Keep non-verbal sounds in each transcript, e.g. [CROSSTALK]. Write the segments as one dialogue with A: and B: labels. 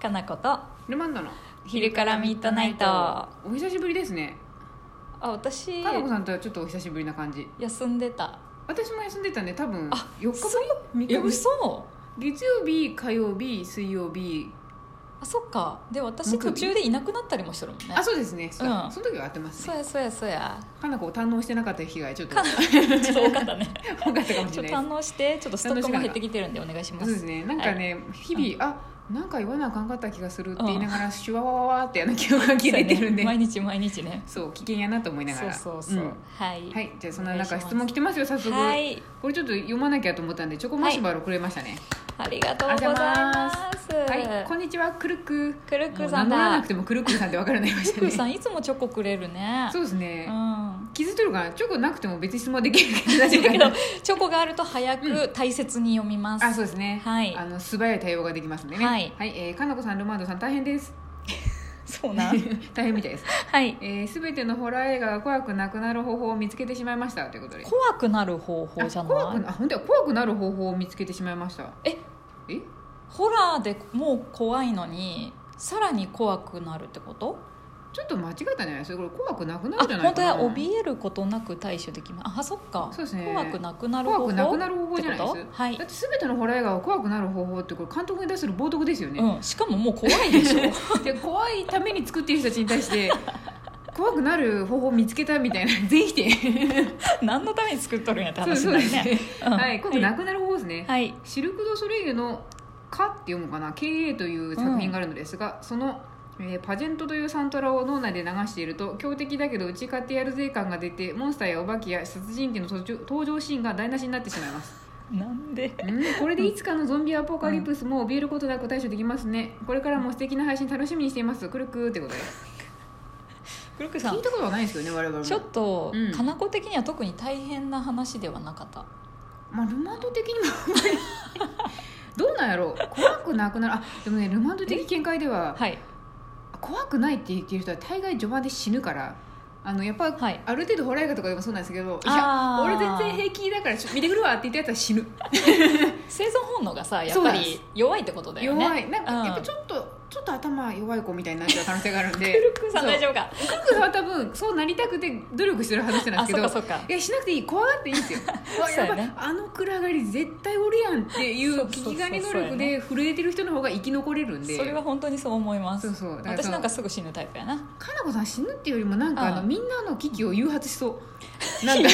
A: かなことあ
B: ルマンドの
A: 昼からミッドナイト
B: お久しぶりですね
A: 私
B: かのこさんとはちょっとお久しぶりな感じ
A: 休んでた
B: 私も休んでたんで多分
A: あ
B: 4日ぶり
A: え
B: 3日ぶり
A: 嘘
B: 月曜日火曜日水曜日
A: あそっかで私
B: 木曜
A: 途
B: 日
A: 中でいなくなったりもしてるもんね
B: あそうですね、そうだ
A: うん
B: その時は合ってます
A: そ
B: ね
A: うやそうやそう
B: [LAUGHS]
A: や
B: かなこを堪能してなかった日がちょっと
A: かなちょっと多かったね
B: 多かったかもし
A: ちょっ
B: れ
A: と堪
B: ないで
A: 能してちょっとストックも減ってきてるんでお願いします
B: すそうですねなんかね、日々、あなんか言わなあかんかった気がするって言いながら、シュワワワワってあの記憶が切れてる
A: そうや
B: んで、
A: ね毎日毎日ね
B: そう危険やなと思いなが
A: そう
B: ら
A: そうそう、
B: ん
A: はい
B: はいじゃあそんな
A: お願いし
B: 中
A: ます
B: 質問来てますよ早速、
A: はい
B: これちょっと読まなきゃと思ったんでチョコマシュマロくれましたね
A: ありがとうございます
B: はい、こんにちはクルク
A: クルッ
B: も
A: ク
B: う
A: さ
B: 名
A: ん
B: 乗らな
A: だ
B: くてもクルクさんって分からないま
A: クル
B: し
A: ッ
B: た
A: クさ [LAUGHS]
B: ね
A: んいつもチョコくれるね
B: そうですね、
A: うん
B: 気づいてるかなチョコなくても別に質問できるけど
A: だけどチョコがあると早く大切に読みます、
B: [LAUGHS] あそうですね、
A: はい
B: あの素早い対応ができますんでね
A: はい
B: えーかなこさんルマンドさん大変です
A: そうなん
B: [LAUGHS] 大変みたいです
A: [LAUGHS] はい
B: えー、全てのホラー映画が怖くなくなる方法を見つけてしまいましたということで
A: 怖くなる方法じゃ
B: あ
A: な
B: 怖く
A: い
B: なあ本当は怖くなる方法を見つけてしまいました
A: え
B: え
A: ホラーでもう怖いのにさらに怖くなるってこと
B: ちょっと間違ったんじゃないですかこれ怖くなくな
A: あ
B: るんじゃない
A: 本当
B: かな
A: や怯えることなく対処できますあそっか
B: そうですね
A: 怖くなくなる方法
B: 怖くなくなる方法じゃないです
A: ってことはい
B: だって全てのホラー映画が怖くなる方法ってこれ監督に対する冒涜ですよね、
A: うん、しかももう怖いでしょ
B: [LAUGHS] で怖いために作っている人たちに対して怖くなる方法を見つけたみたいな [LAUGHS] 全否定
A: 何のために作っとるんやって話
B: そうそ
A: に
B: う
A: な
B: で
A: る
B: す
A: ね
B: ね、
A: うん
B: はい怖くなくなる方法ですね、
A: はい
B: シルク・ドゥ・ソレイユの「か」って読むかな「KA」という作品があるのですが、その、えーパジェント」というサントラを脳内で流していると強敵だけど打ち勝ってやるぜ感が出てモンスターやお化けや殺人鬼の途中登場シーンが台無しになってしまいます
A: なんで
B: うんこれでいつかのゾンビアポカリプスも怯えることなく対処できますね、これからも素敵な配信楽しみにしていますくるくーってことで
A: クルックさ
B: 聞
A: ん
B: いたことはないですよね我々も
A: ちょっと、
B: うん
A: かなこ的には特に大変な話ではなかった
B: まあルマンド的にも [LAUGHS] どうなんやろう怖くなくなるあでもねルマンド的見解では
A: はい
B: 怖くないって言ってる人は大概序盤で死ぬからあのやっぱ、
A: はい
B: ある程度ホラー映画とかでもそうなんですけどい
A: あ
B: や
A: ー
B: 俺全然平気だからちょ見てくるわって言ったやつは死ぬ
A: 生存本能がさやっぱ
B: そうで
A: り
B: す
A: 弱いってことだよね
B: 弱いなんか、
A: うん
B: やっぱちょっとちょっと頭弱い子みたいになっちゃう可能性があるん
A: ク [LAUGHS]
B: で
A: ルックさん
B: そう
A: 大丈夫か
B: クルクさんは多分そうなりたくて努力してる話なん
A: あ
B: で
A: そ
B: すけ
A: っ
B: ど
A: かそっか
B: いやしなくていい怖がっていいんですよわ
A: そうやね
B: やばいあの暗がり絶対おるやんってい
A: そううそう
B: 危
A: そう
B: 機管理能力で震えてる人の方が生き残れるんで
A: それは本当にそう思います
B: そうそうだからそ
A: 私
B: の
A: なんかすぐ死ぬタイプやな
B: かなこさん死ぬっていうよりもなんかあの
A: うん
B: みんなの危機を
A: [LAUGHS]
B: 誘発しそう [LAUGHS] なんか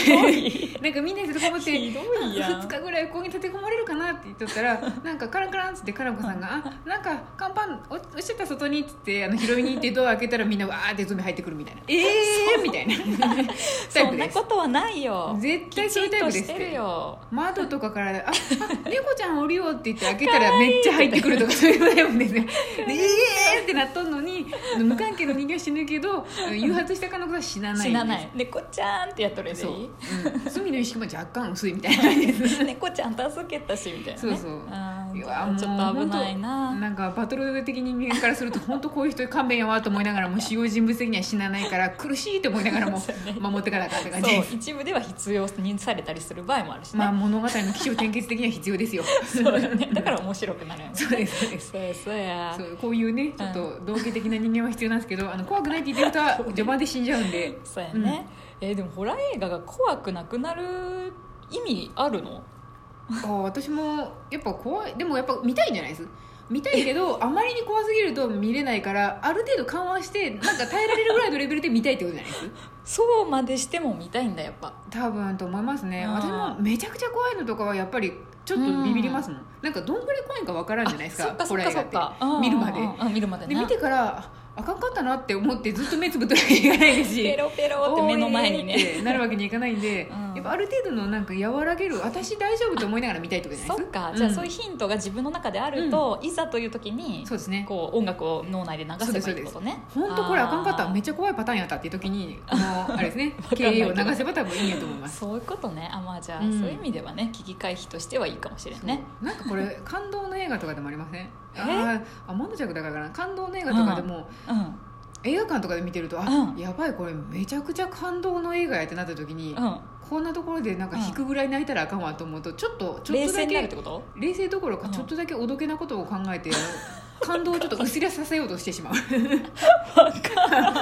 B: なんかみんなで立てこもって
A: ひどいやん
B: 2日ぐらいここに立てこもれるかなって言っとっ
A: [LAUGHS]
B: たらなんかカランカランっつってかなこさんが「あなんか看板落落ちてた外に」っつってあの拾いに行ってドア開けたらみんなわーってゾンビ入ってくるみたいな「ええー!」み
A: [LAUGHS]
B: たいなタイ
A: そ
B: プ
A: ん
B: で
A: な
B: す
A: ことはないよ
B: 絶対
A: き
B: そ
A: ち
B: うい
A: っ
B: うタイプ
A: と
B: で
A: し
B: す
A: て
B: っ
A: る
B: て
A: よ
B: 窓とかから
A: [LAUGHS]
B: 「ああ猫ちゃんおるよ」って言って開けたらめっちゃ入ってくるとかそういうタイプですねで「ええー!」ってなっとんのに無関係の人間は死ぬけど誘発したかのことは死なない
A: 死なない猫ちゃんってやっとるやつ
B: そ
A: で
B: う、
A: いい
B: うん、罪の意識も若干薄いみたいな感じです
A: [LAUGHS] 猫ちゃん助けたしみたいなね
B: そうそう
A: あー
B: いや
A: ちょっと危ない
B: もう本当
A: な
B: なんかバトル的に人間からすると本当こういう人勘弁やわと思いながらもう主要人物的には死なな
A: [LAUGHS]
B: いから苦しいと思いながらも
A: そうね
B: 守ってかなかった
A: そ
B: 感じで
A: う
B: す、
A: 一部では必要にされたりする場合もあるしね,、
B: まあ物語の起承転結的には必要ですよ
A: そうだねだから面白くなるよね
B: [LAUGHS] そうですそうです
A: そうやそうや
B: そうこういうねちょっと道化的な人間は必要なんですけどあの怖くないって言
A: [LAUGHS]
B: ってる人は序盤で死んじゃうんで
A: そうやね、えーでもホラー映画が怖くなくなる意味あるの
B: あ私もやっぱ怖いでもやっぱ見たいんじゃないです見たいけ
A: [LAUGHS]
B: どあまりに怖すぎると見れないからある程度緩和してなんか耐えられるぐらいのレベルで見たいってことじゃないです
A: そうまでしても見たいんだやっぱ
B: 多分と思いますね
A: あー
B: 私もめちゃくちゃ怖いのとかはやっぱりちょっとビビりますもん、なんかどんぐらい怖いんかわからんじゃないです
A: あそ
B: か
A: っかそ
B: ホ
A: っか
B: ラー映
A: そ
B: 画
A: っかうん
B: って見るまで
A: うんうんうん見るまで
B: で
A: な
B: 見てからああかんかったなって思ってずっと目つぶってはいけないですし
A: ペロペロって目の前に
B: おーい
A: ね
B: ってなるわけにいかないんで、
A: うん
B: やっぱある程度のなんか和らげる私大丈夫と思いながら見たいってことじゃ
A: そ
B: ない
A: っ
B: です
A: かじゃあそういううヒントが自分の中であると、いざという時に
B: んそうですね
A: こう音楽を脳内で流せばいいってことね
B: 本当これあかんかった
A: あー
B: めっちゃ怖いパターンやったっていう時にこのあれです
A: [LAUGHS]
B: ね
A: わかんない
B: 経
A: け
B: 営
A: ど
B: を流せば多分いいんやと思います
A: そういうことねあまあじゃあ、
B: うん
A: そういう意味ではね危機回避としてはいいかもしれんね
B: そうなんかこれ [LAUGHS] 感動の映画とかでもありません
A: え
B: あーあマンドジャックだからかな感動の映画とかでも、
A: うん
B: 映画館とかで見てるとあ、
A: うん
B: やばいこれめちゃくちゃ感動の映画やってなった時に、
A: うん
B: こんなところでなんか引くぐらい泣いたらあかんわと思うとちょっとちょ
A: 冷
B: っと
A: 静
B: だ
A: になるっ
B: け
A: てこと
B: 冷静どころか
A: うん
B: ちょっとだけおどけなことを考えて、あの
A: [LAUGHS]
B: 感動をちょっと薄れさせようとしてしまうわ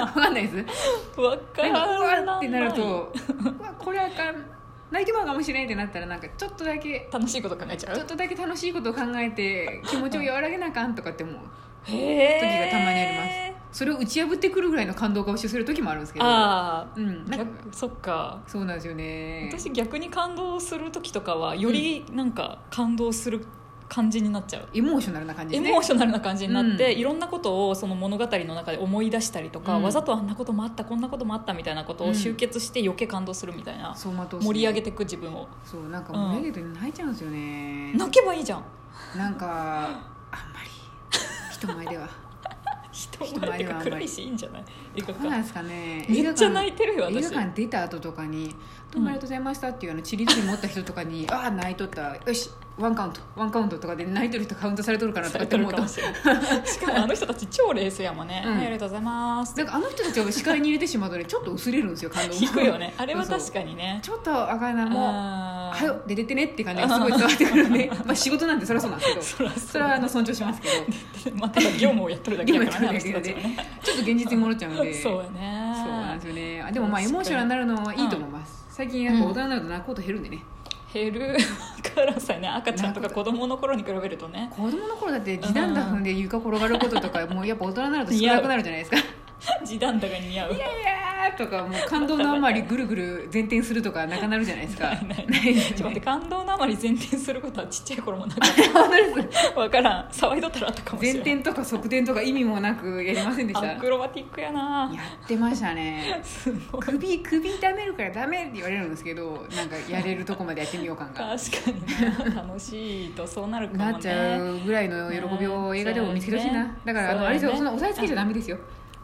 B: かんないです
A: わか
B: なんからうわ
A: な
B: っ
A: い
B: てなるとうわこれあかん泣いてまうかもしれんってなったらなんかちょっとだけ
A: 楽しいこと考えちゃ
B: [LAUGHS] ちょっ
A: う
B: とだけ楽しいことを考えて気持ちを和らげなあかんとかって思う
A: へ
B: 時がたまにありそれを打ち破ってくるぐらいの感動が押しする時もあるんですけど
A: ああ
B: うん、なんか
A: そっか
B: そうなんですよね
A: 私逆に感動する時とかはよりなんか感動する感じになっちゃう、
B: エモーショナルな感じで
A: エ
B: すね
A: モーショナルな感じになって、
B: う
A: いろんなことをその物語の中で思い出したりとか、
B: うん
A: わざとあんなこともあったこんなこともあったみたいなこと
B: う
A: を
B: ん
A: 集結して余計感動するみたいな、
B: 走馬灯
A: 盛り上げ
B: て
A: ていく自分を
B: そうなんか盛り上げて泣いちゃうんですよね、
A: 泣けばいいじゃん
B: なんかあんまり人
A: [LAUGHS]
B: 前では
A: 人前で
B: 人前ではあんまり
A: 暗いしいいんじゃない映画
B: そうな
A: 館
B: んですかね
A: めっちゃ泣
B: い
A: いてるよ
B: 映
A: 私
B: 画館出た後とかに「どうもありがとうございました」っていうあのチリチリ持った人とかに「ああ泣いとったよしワンカウントワンカウント」とかで泣いてる人カウントされとるかなと
A: され
B: かって
A: てる
B: 思う
A: か
B: と
A: もしれないしかもあの人たち超冷静やもんね、
B: うん
A: はいありがとうございます
B: なんかあの人たちを視界に入れてしまうとねちょっと薄れるんですよ感動が
A: 引くよねあれは
B: そう
A: 確
B: そう
A: かにね
B: ちょっとあかんなもう「
A: あ
B: は
A: ー
B: よ出てってね」って感じがすごい伝わってくる
A: [LAUGHS]
B: んでまあ仕事なんでそりゃそうなんです
A: そ
B: けど
A: らそう
B: それはあの尊重し [LAUGHS] ますけど
A: まあ、 [LAUGHS] ただ業務をやってるだけだからねあの
B: 業務
A: 人
B: や
A: た
B: って
A: ち
B: る
A: は
B: だ
A: ね
B: ちょっと現実に戻っちゃうんで
A: [LAUGHS] そうや
B: そうな
A: ね
B: んですよねあでもまあエモーショナルになるのはいいと思います最近やっぱ大人になると泣くこと減るんでね、
A: 減るからさね赤ちゃんとか子供の頃に比べるとね
B: 子供の頃だって時短打踏んで床転がることとかもうやっぱ大人になると少なくなるじゃないですか
A: 時短だが似合う
B: 「いやー」とかもう感動のあまりぐるぐる前転するとかなくなるじゃないですか
A: ないない
B: ないで
A: ち
B: す
A: ょっと待
B: よ [LAUGHS]
A: って
B: ね
A: 感動のあまり前転することはちっちゃい頃もなかっ
B: 本当です
A: た分からん騒いどったらあったかもしれ
B: 前
A: ない
B: 転とか側転とか意味もなくやりませんでした
A: ア
B: や
A: クロバティックやな
B: ってました
A: [LAUGHS]
B: ね
A: すごい確
B: 首首痛めるからダメって言われるんですけどなんかやれるとこまでやってみよう感が
A: かにね楽しいとそうなるかもね
B: なっちゃうぐらいの喜びを映画でも見つけてほしいな
A: ね
B: だからあ
A: そう
B: の
A: だ
B: あ
A: よね
B: れですよその押さえつけちゃダメですよ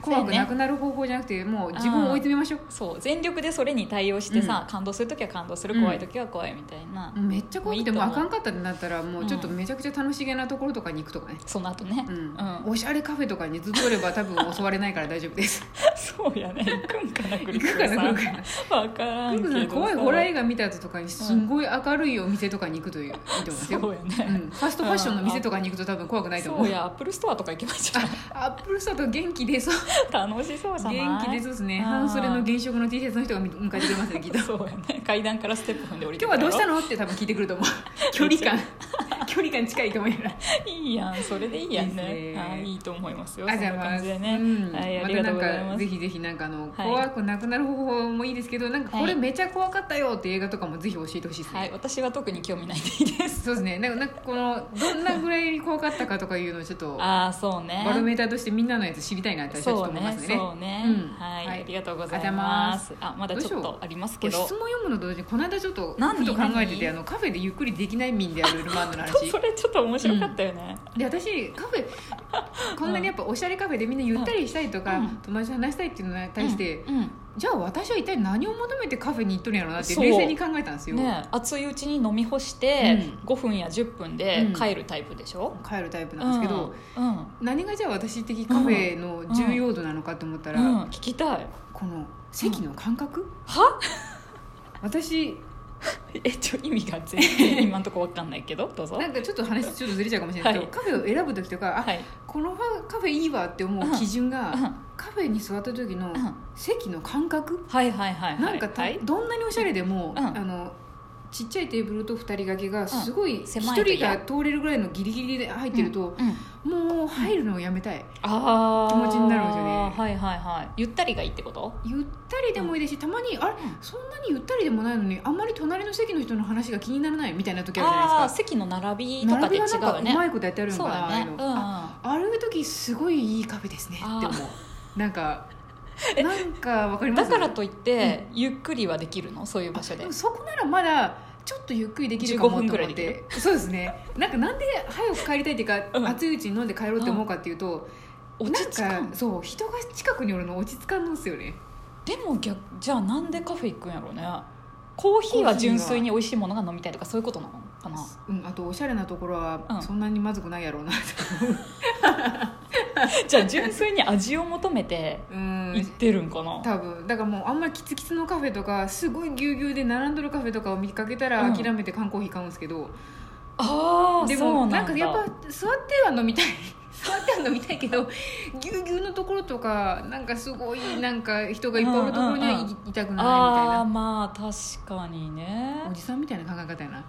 A: そうやね
B: 怖くなくなる方法じゃなくてもう自分を追い詰めましょう
A: そう全力でそれに対応してさ、
B: うん
A: 感動する時は感動する
B: うん
A: 怖い時は怖いみたいな、
B: めっちゃ怖くてもう
A: いい
B: あ
A: と
B: か
A: 思うん
B: かったってなったらもうちょっとめちゃくちゃ楽しげなところとかに行くとかね、
A: その後ね
B: うん
A: うん
B: おしゃれカフェとかにずっとおれば多分襲われないから大丈夫です
A: そうやね行くんかなくるく
B: [LAUGHS] 行くか
A: る
B: な
A: さん
B: 来るかな
A: 分からんけど
B: なん
A: さ
B: か怖いホラー映画見た後とかにすんごい明るいお店とかに行くといういいと思いますよ、
A: そうやね、
B: うん、ファストファッションの店とかに行くと多分怖くないと思
A: そううやアップルストアとか行けばいいんじ
B: [LAUGHS]
A: ゃ
B: あアップルストアと元気出そう
A: ない楽しそうじゃない
B: 元気出そうですね
A: あー
B: 半袖の原色の T シャツの人が迎えてくれますねきっと
A: そうやね階段からステップ踏んで降りて
B: 今日はどうした
A: の
B: のって多分聞いてく
A: [LAUGHS]
B: ると思う距離感距離感 [LAUGHS] 近いと思いながら
A: いいやんそれでいいやんね
B: いいですね
A: あーいいと思いますよ
B: あじゃ
A: そ
B: あ
A: んな
B: まあ、
A: 感じでね、
B: うん
A: はい、あ
B: ま
A: り
B: た
A: が
B: な
A: とうござい
B: んか
A: ま
B: ぜ
A: す
B: ひぜひなんかあの、
A: はい
B: 怖くなくなる方法もいいですけどなんかこ
A: は
B: れ
A: い
B: めっちゃ怖かったよって映画とかもぜひ教えてほしいですね、
A: はい私は特に興味ないんでいいです
B: そうですねなんかなんかこのどんなぐらい怖かったかとかいうのをちょっと
A: ああそうね
B: バロメーターとしてみんなのやつ知りたいなって私はちょ
A: そ
B: っと
A: う
B: 思いま
A: ね
B: すね
A: そうね、
B: うん
A: はい、
B: はい
A: ありがとうございますあまだちょっとあります
B: こ
A: け
B: れ質問
A: ど
B: 読むのと同時にこの間ちょっと
A: 何
B: ふと考えてて
A: 何
B: あのカフェでゆっくりできない民であるルマンドの話
A: [LAUGHS] それちょっと面白かったよね、
B: で私カフェこんなにやっぱおしゃれカフェでみんなゆったりしたいとか、
A: うん
B: 友達と話したいっていうのに対して、
A: うんうん
B: じゃあ私は一体何を求めてカフェに行っとるんやろうなって
A: そう
B: 冷静に考えたんですよ、
A: ね、熱いうちに飲み干して
B: う
A: 5分や10分で帰るタイプでしょ、
B: 帰るタイプなんですけど、
A: うん、うん
B: 何がじゃあ私的カフェの重要度なのかと思ったら、
A: うん聞きたい [LAUGHS]
B: この席の感覚、
A: は
B: 私
A: えちょ意味が全
B: [LAUGHS]
A: 然今んとこわかんないけどどうぞ
B: なんかちょっと話ちょっとずれちゃうかもしれないけど、
A: はい
B: カフェを選ぶ時とか、あ
A: はい
B: このカフェいいわって思う基準が、
A: うんうん
B: カフェに座った時
A: う
B: の
A: ん
B: 席の感覚、
A: はいはいはいはい
B: なんかた、
A: はい
B: どんなにおしゃれでも、
A: うん
B: あのちっちゃいテーブルと2人掛けがすごい
A: ん
B: 1
A: 狭いと嫌
B: 人が通れるぐらいのギリギリで入ってると、
A: うんうん
B: もう入るのをやめたい、
A: あー
B: 気持ちになるんですよね
A: はいはいはいゆったりがいいってこと
B: ゆったりでもいいですしたまにあれ
A: ん
B: そんなにゆったりでもないのにあんまり隣の席の人の話が気にならないみたいな時あるじ
A: あ
B: ゃな
A: あー
B: いですか
A: 席の並びとかで
B: 並び
A: 違
B: がなんか
A: う
B: う
A: ね
B: まいことやってあるの
A: そ
B: か
A: う
B: な
A: だ
B: ああい
A: ね
B: う
A: うん
B: の
A: うん
B: あある時すごいいいカフェですねって思うなんかなんかわかりま
A: だ
B: す
A: からといって、ゆっくりはできるのそういう場所
B: で
A: で
B: もそこならまだちょっとゆっくりできるかもと思
A: 15分ぐらい
B: っ
A: でき
B: てそうですねなんかなんで早く帰りたいっていうか、
A: うん
B: 熱いうちに飲んで帰ろうって思うかっていうと、
A: 落
B: な
A: ち
B: ん
A: 着か
B: か
A: ん
B: そう人が近くにおるの落ち着かんのですよね
A: でも逆じゃあなんでカフェ行くんやろうねコーヒーは純粋に美味しいものが飲みたいとかそういうことなのかな
B: うん、あとおしゃれなところ
A: う
B: は
A: ん
B: そんなにまずくないやろうな、 [LAUGHS]
A: じゃあ純粋に味を求めて
B: うん、
A: 行ってるんかな
B: 多分だからもうあんまりキツキツのカフェとかすごいぎゅうぎゅうで並んどるカフェとかを見かけた
A: う
B: ら
A: ん
B: 諦めて缶コーヒー買うんですけど、
A: ああ
B: で
A: そう
B: も
A: な
B: なんん
A: だ
B: かやっぱ座っては飲みたい [LAUGHS] 座ってあるの見たいけどぎゅうぎゅうのところとかなんかすごいなんか人がいっぱいおるところには
A: うんうん
B: いいたくないみたい
A: ああ
B: な
A: まあ確かにね
B: おじさんみたいな考え方やな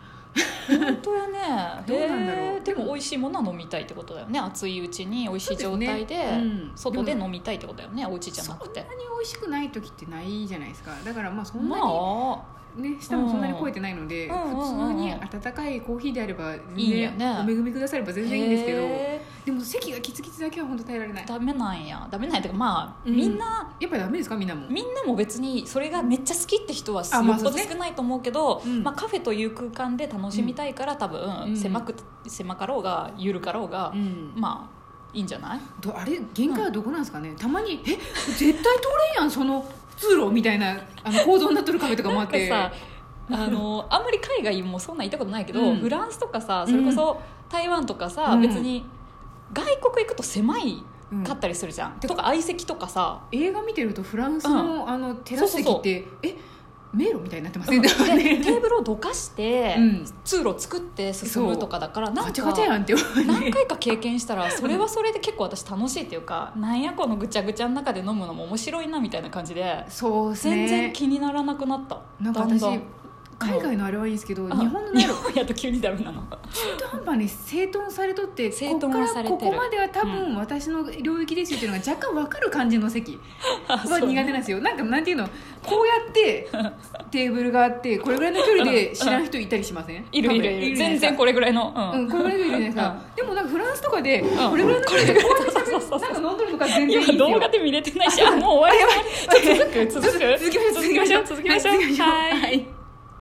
A: 本当やね
B: どうなんだろう
A: へーでも美味しいものは飲みたいってことだよね熱いうちに美味しい状態で
B: そうですねうん
A: 外で飲みたいってことだよねお家じゃなくて
B: そんなに美味しくない時ってないじゃないですかだからまあそんな
A: ま
B: に、
A: あ
B: ね舌もそんなに肥えてないので、
A: うんうんうんうん
B: 普通に温かいコーヒーであれば全然
A: いいよね
B: お恵みくだされば全然いいんですけど
A: へ
B: でも席がキツキツだけは本当耐えられない
A: ーダメなんやダメなんやてかまあ
B: うん
A: みんな
B: やっぱダメですかみんなも
A: みんなも別にそれがめっちゃ好きって人はよ
B: あまあ
A: っぽど
B: そうね
A: 少ないと思うけど
B: うん
A: まあカフェという空間で楽しみたいから多
B: うん
A: 分狭く狭かろうが緩かろうが
B: うん
A: まあいいんじゃない
B: どあれ限界はどこなんですかね、たまに「え絶対通れんやんその通路」みたいなあの構造になっとる壁とかもあ
A: なん
B: っ
A: か
B: て
A: さあのあんまり海外もそんなん行ったことないけど、
B: うん
A: フランスとかさそれこそ台湾とかさ、
B: うん
A: 別に外国行くと狭い
B: うん
A: かったりするじゃん、とか相席とかさ
B: 映画見てるとフランスの,、あのテラス席
A: そう
B: っ
A: そ
B: てえ迷路み [LAUGHS] たいになってませ
A: [LAUGHS] で
B: ん
A: テ
B: か、
A: ーブルをどかして、
B: うん
A: 通路作って進むとかだからな
B: ガ
A: ん
B: チ
A: か
B: ャガチャやんって思う
A: 何回か経験したらそれはそれで結構私楽しいっていう
B: [LAUGHS]
A: かなんやこのぐちゃぐちゃの中で飲むのも面白いなみたいな感じで
B: そうですね
A: 全然気にならなくなった、
B: なんか
A: だん
B: 私
A: だん
B: 海外のあれはいいんですけど、
A: うん
B: 日本の
A: 日
B: 中
A: 本やと急にダメな
B: [LAUGHS]
A: の
B: 途半端に整頓されとって
A: 整
B: こ
A: 頓
B: こ
A: は
B: か
A: さ
B: ら
A: れて
B: こ
A: る
B: こまでは多分私の領域ですよっていうのが若干分かる感じの席
A: [LAUGHS] あ
B: は
A: そう
B: 苦手なんですよなんかなんていうのこうや
A: [LAUGHS]
B: ってテーブルがあってこれぐらいの距離で知らん人いたりしません
A: いるい
B: 多
A: る
B: 分
A: いる
B: じゃない
A: 全
B: ですか
A: 然これぐらいの、うん
B: うん、これぐらいでいるじゃないですか、でもなんかフランスとかで
A: ん
B: これぐらいの距離でこうやって
A: そうそうそう
B: なんか飲んどるとか全然いいんで
A: 今
B: すよ
A: 動画で見れてないしあもう終わり
B: あやばい
A: 続く続く
B: 続きましょう
A: 続きましょう続きましょう
B: は
A: は
B: い
A: い
B: 続きましょうはい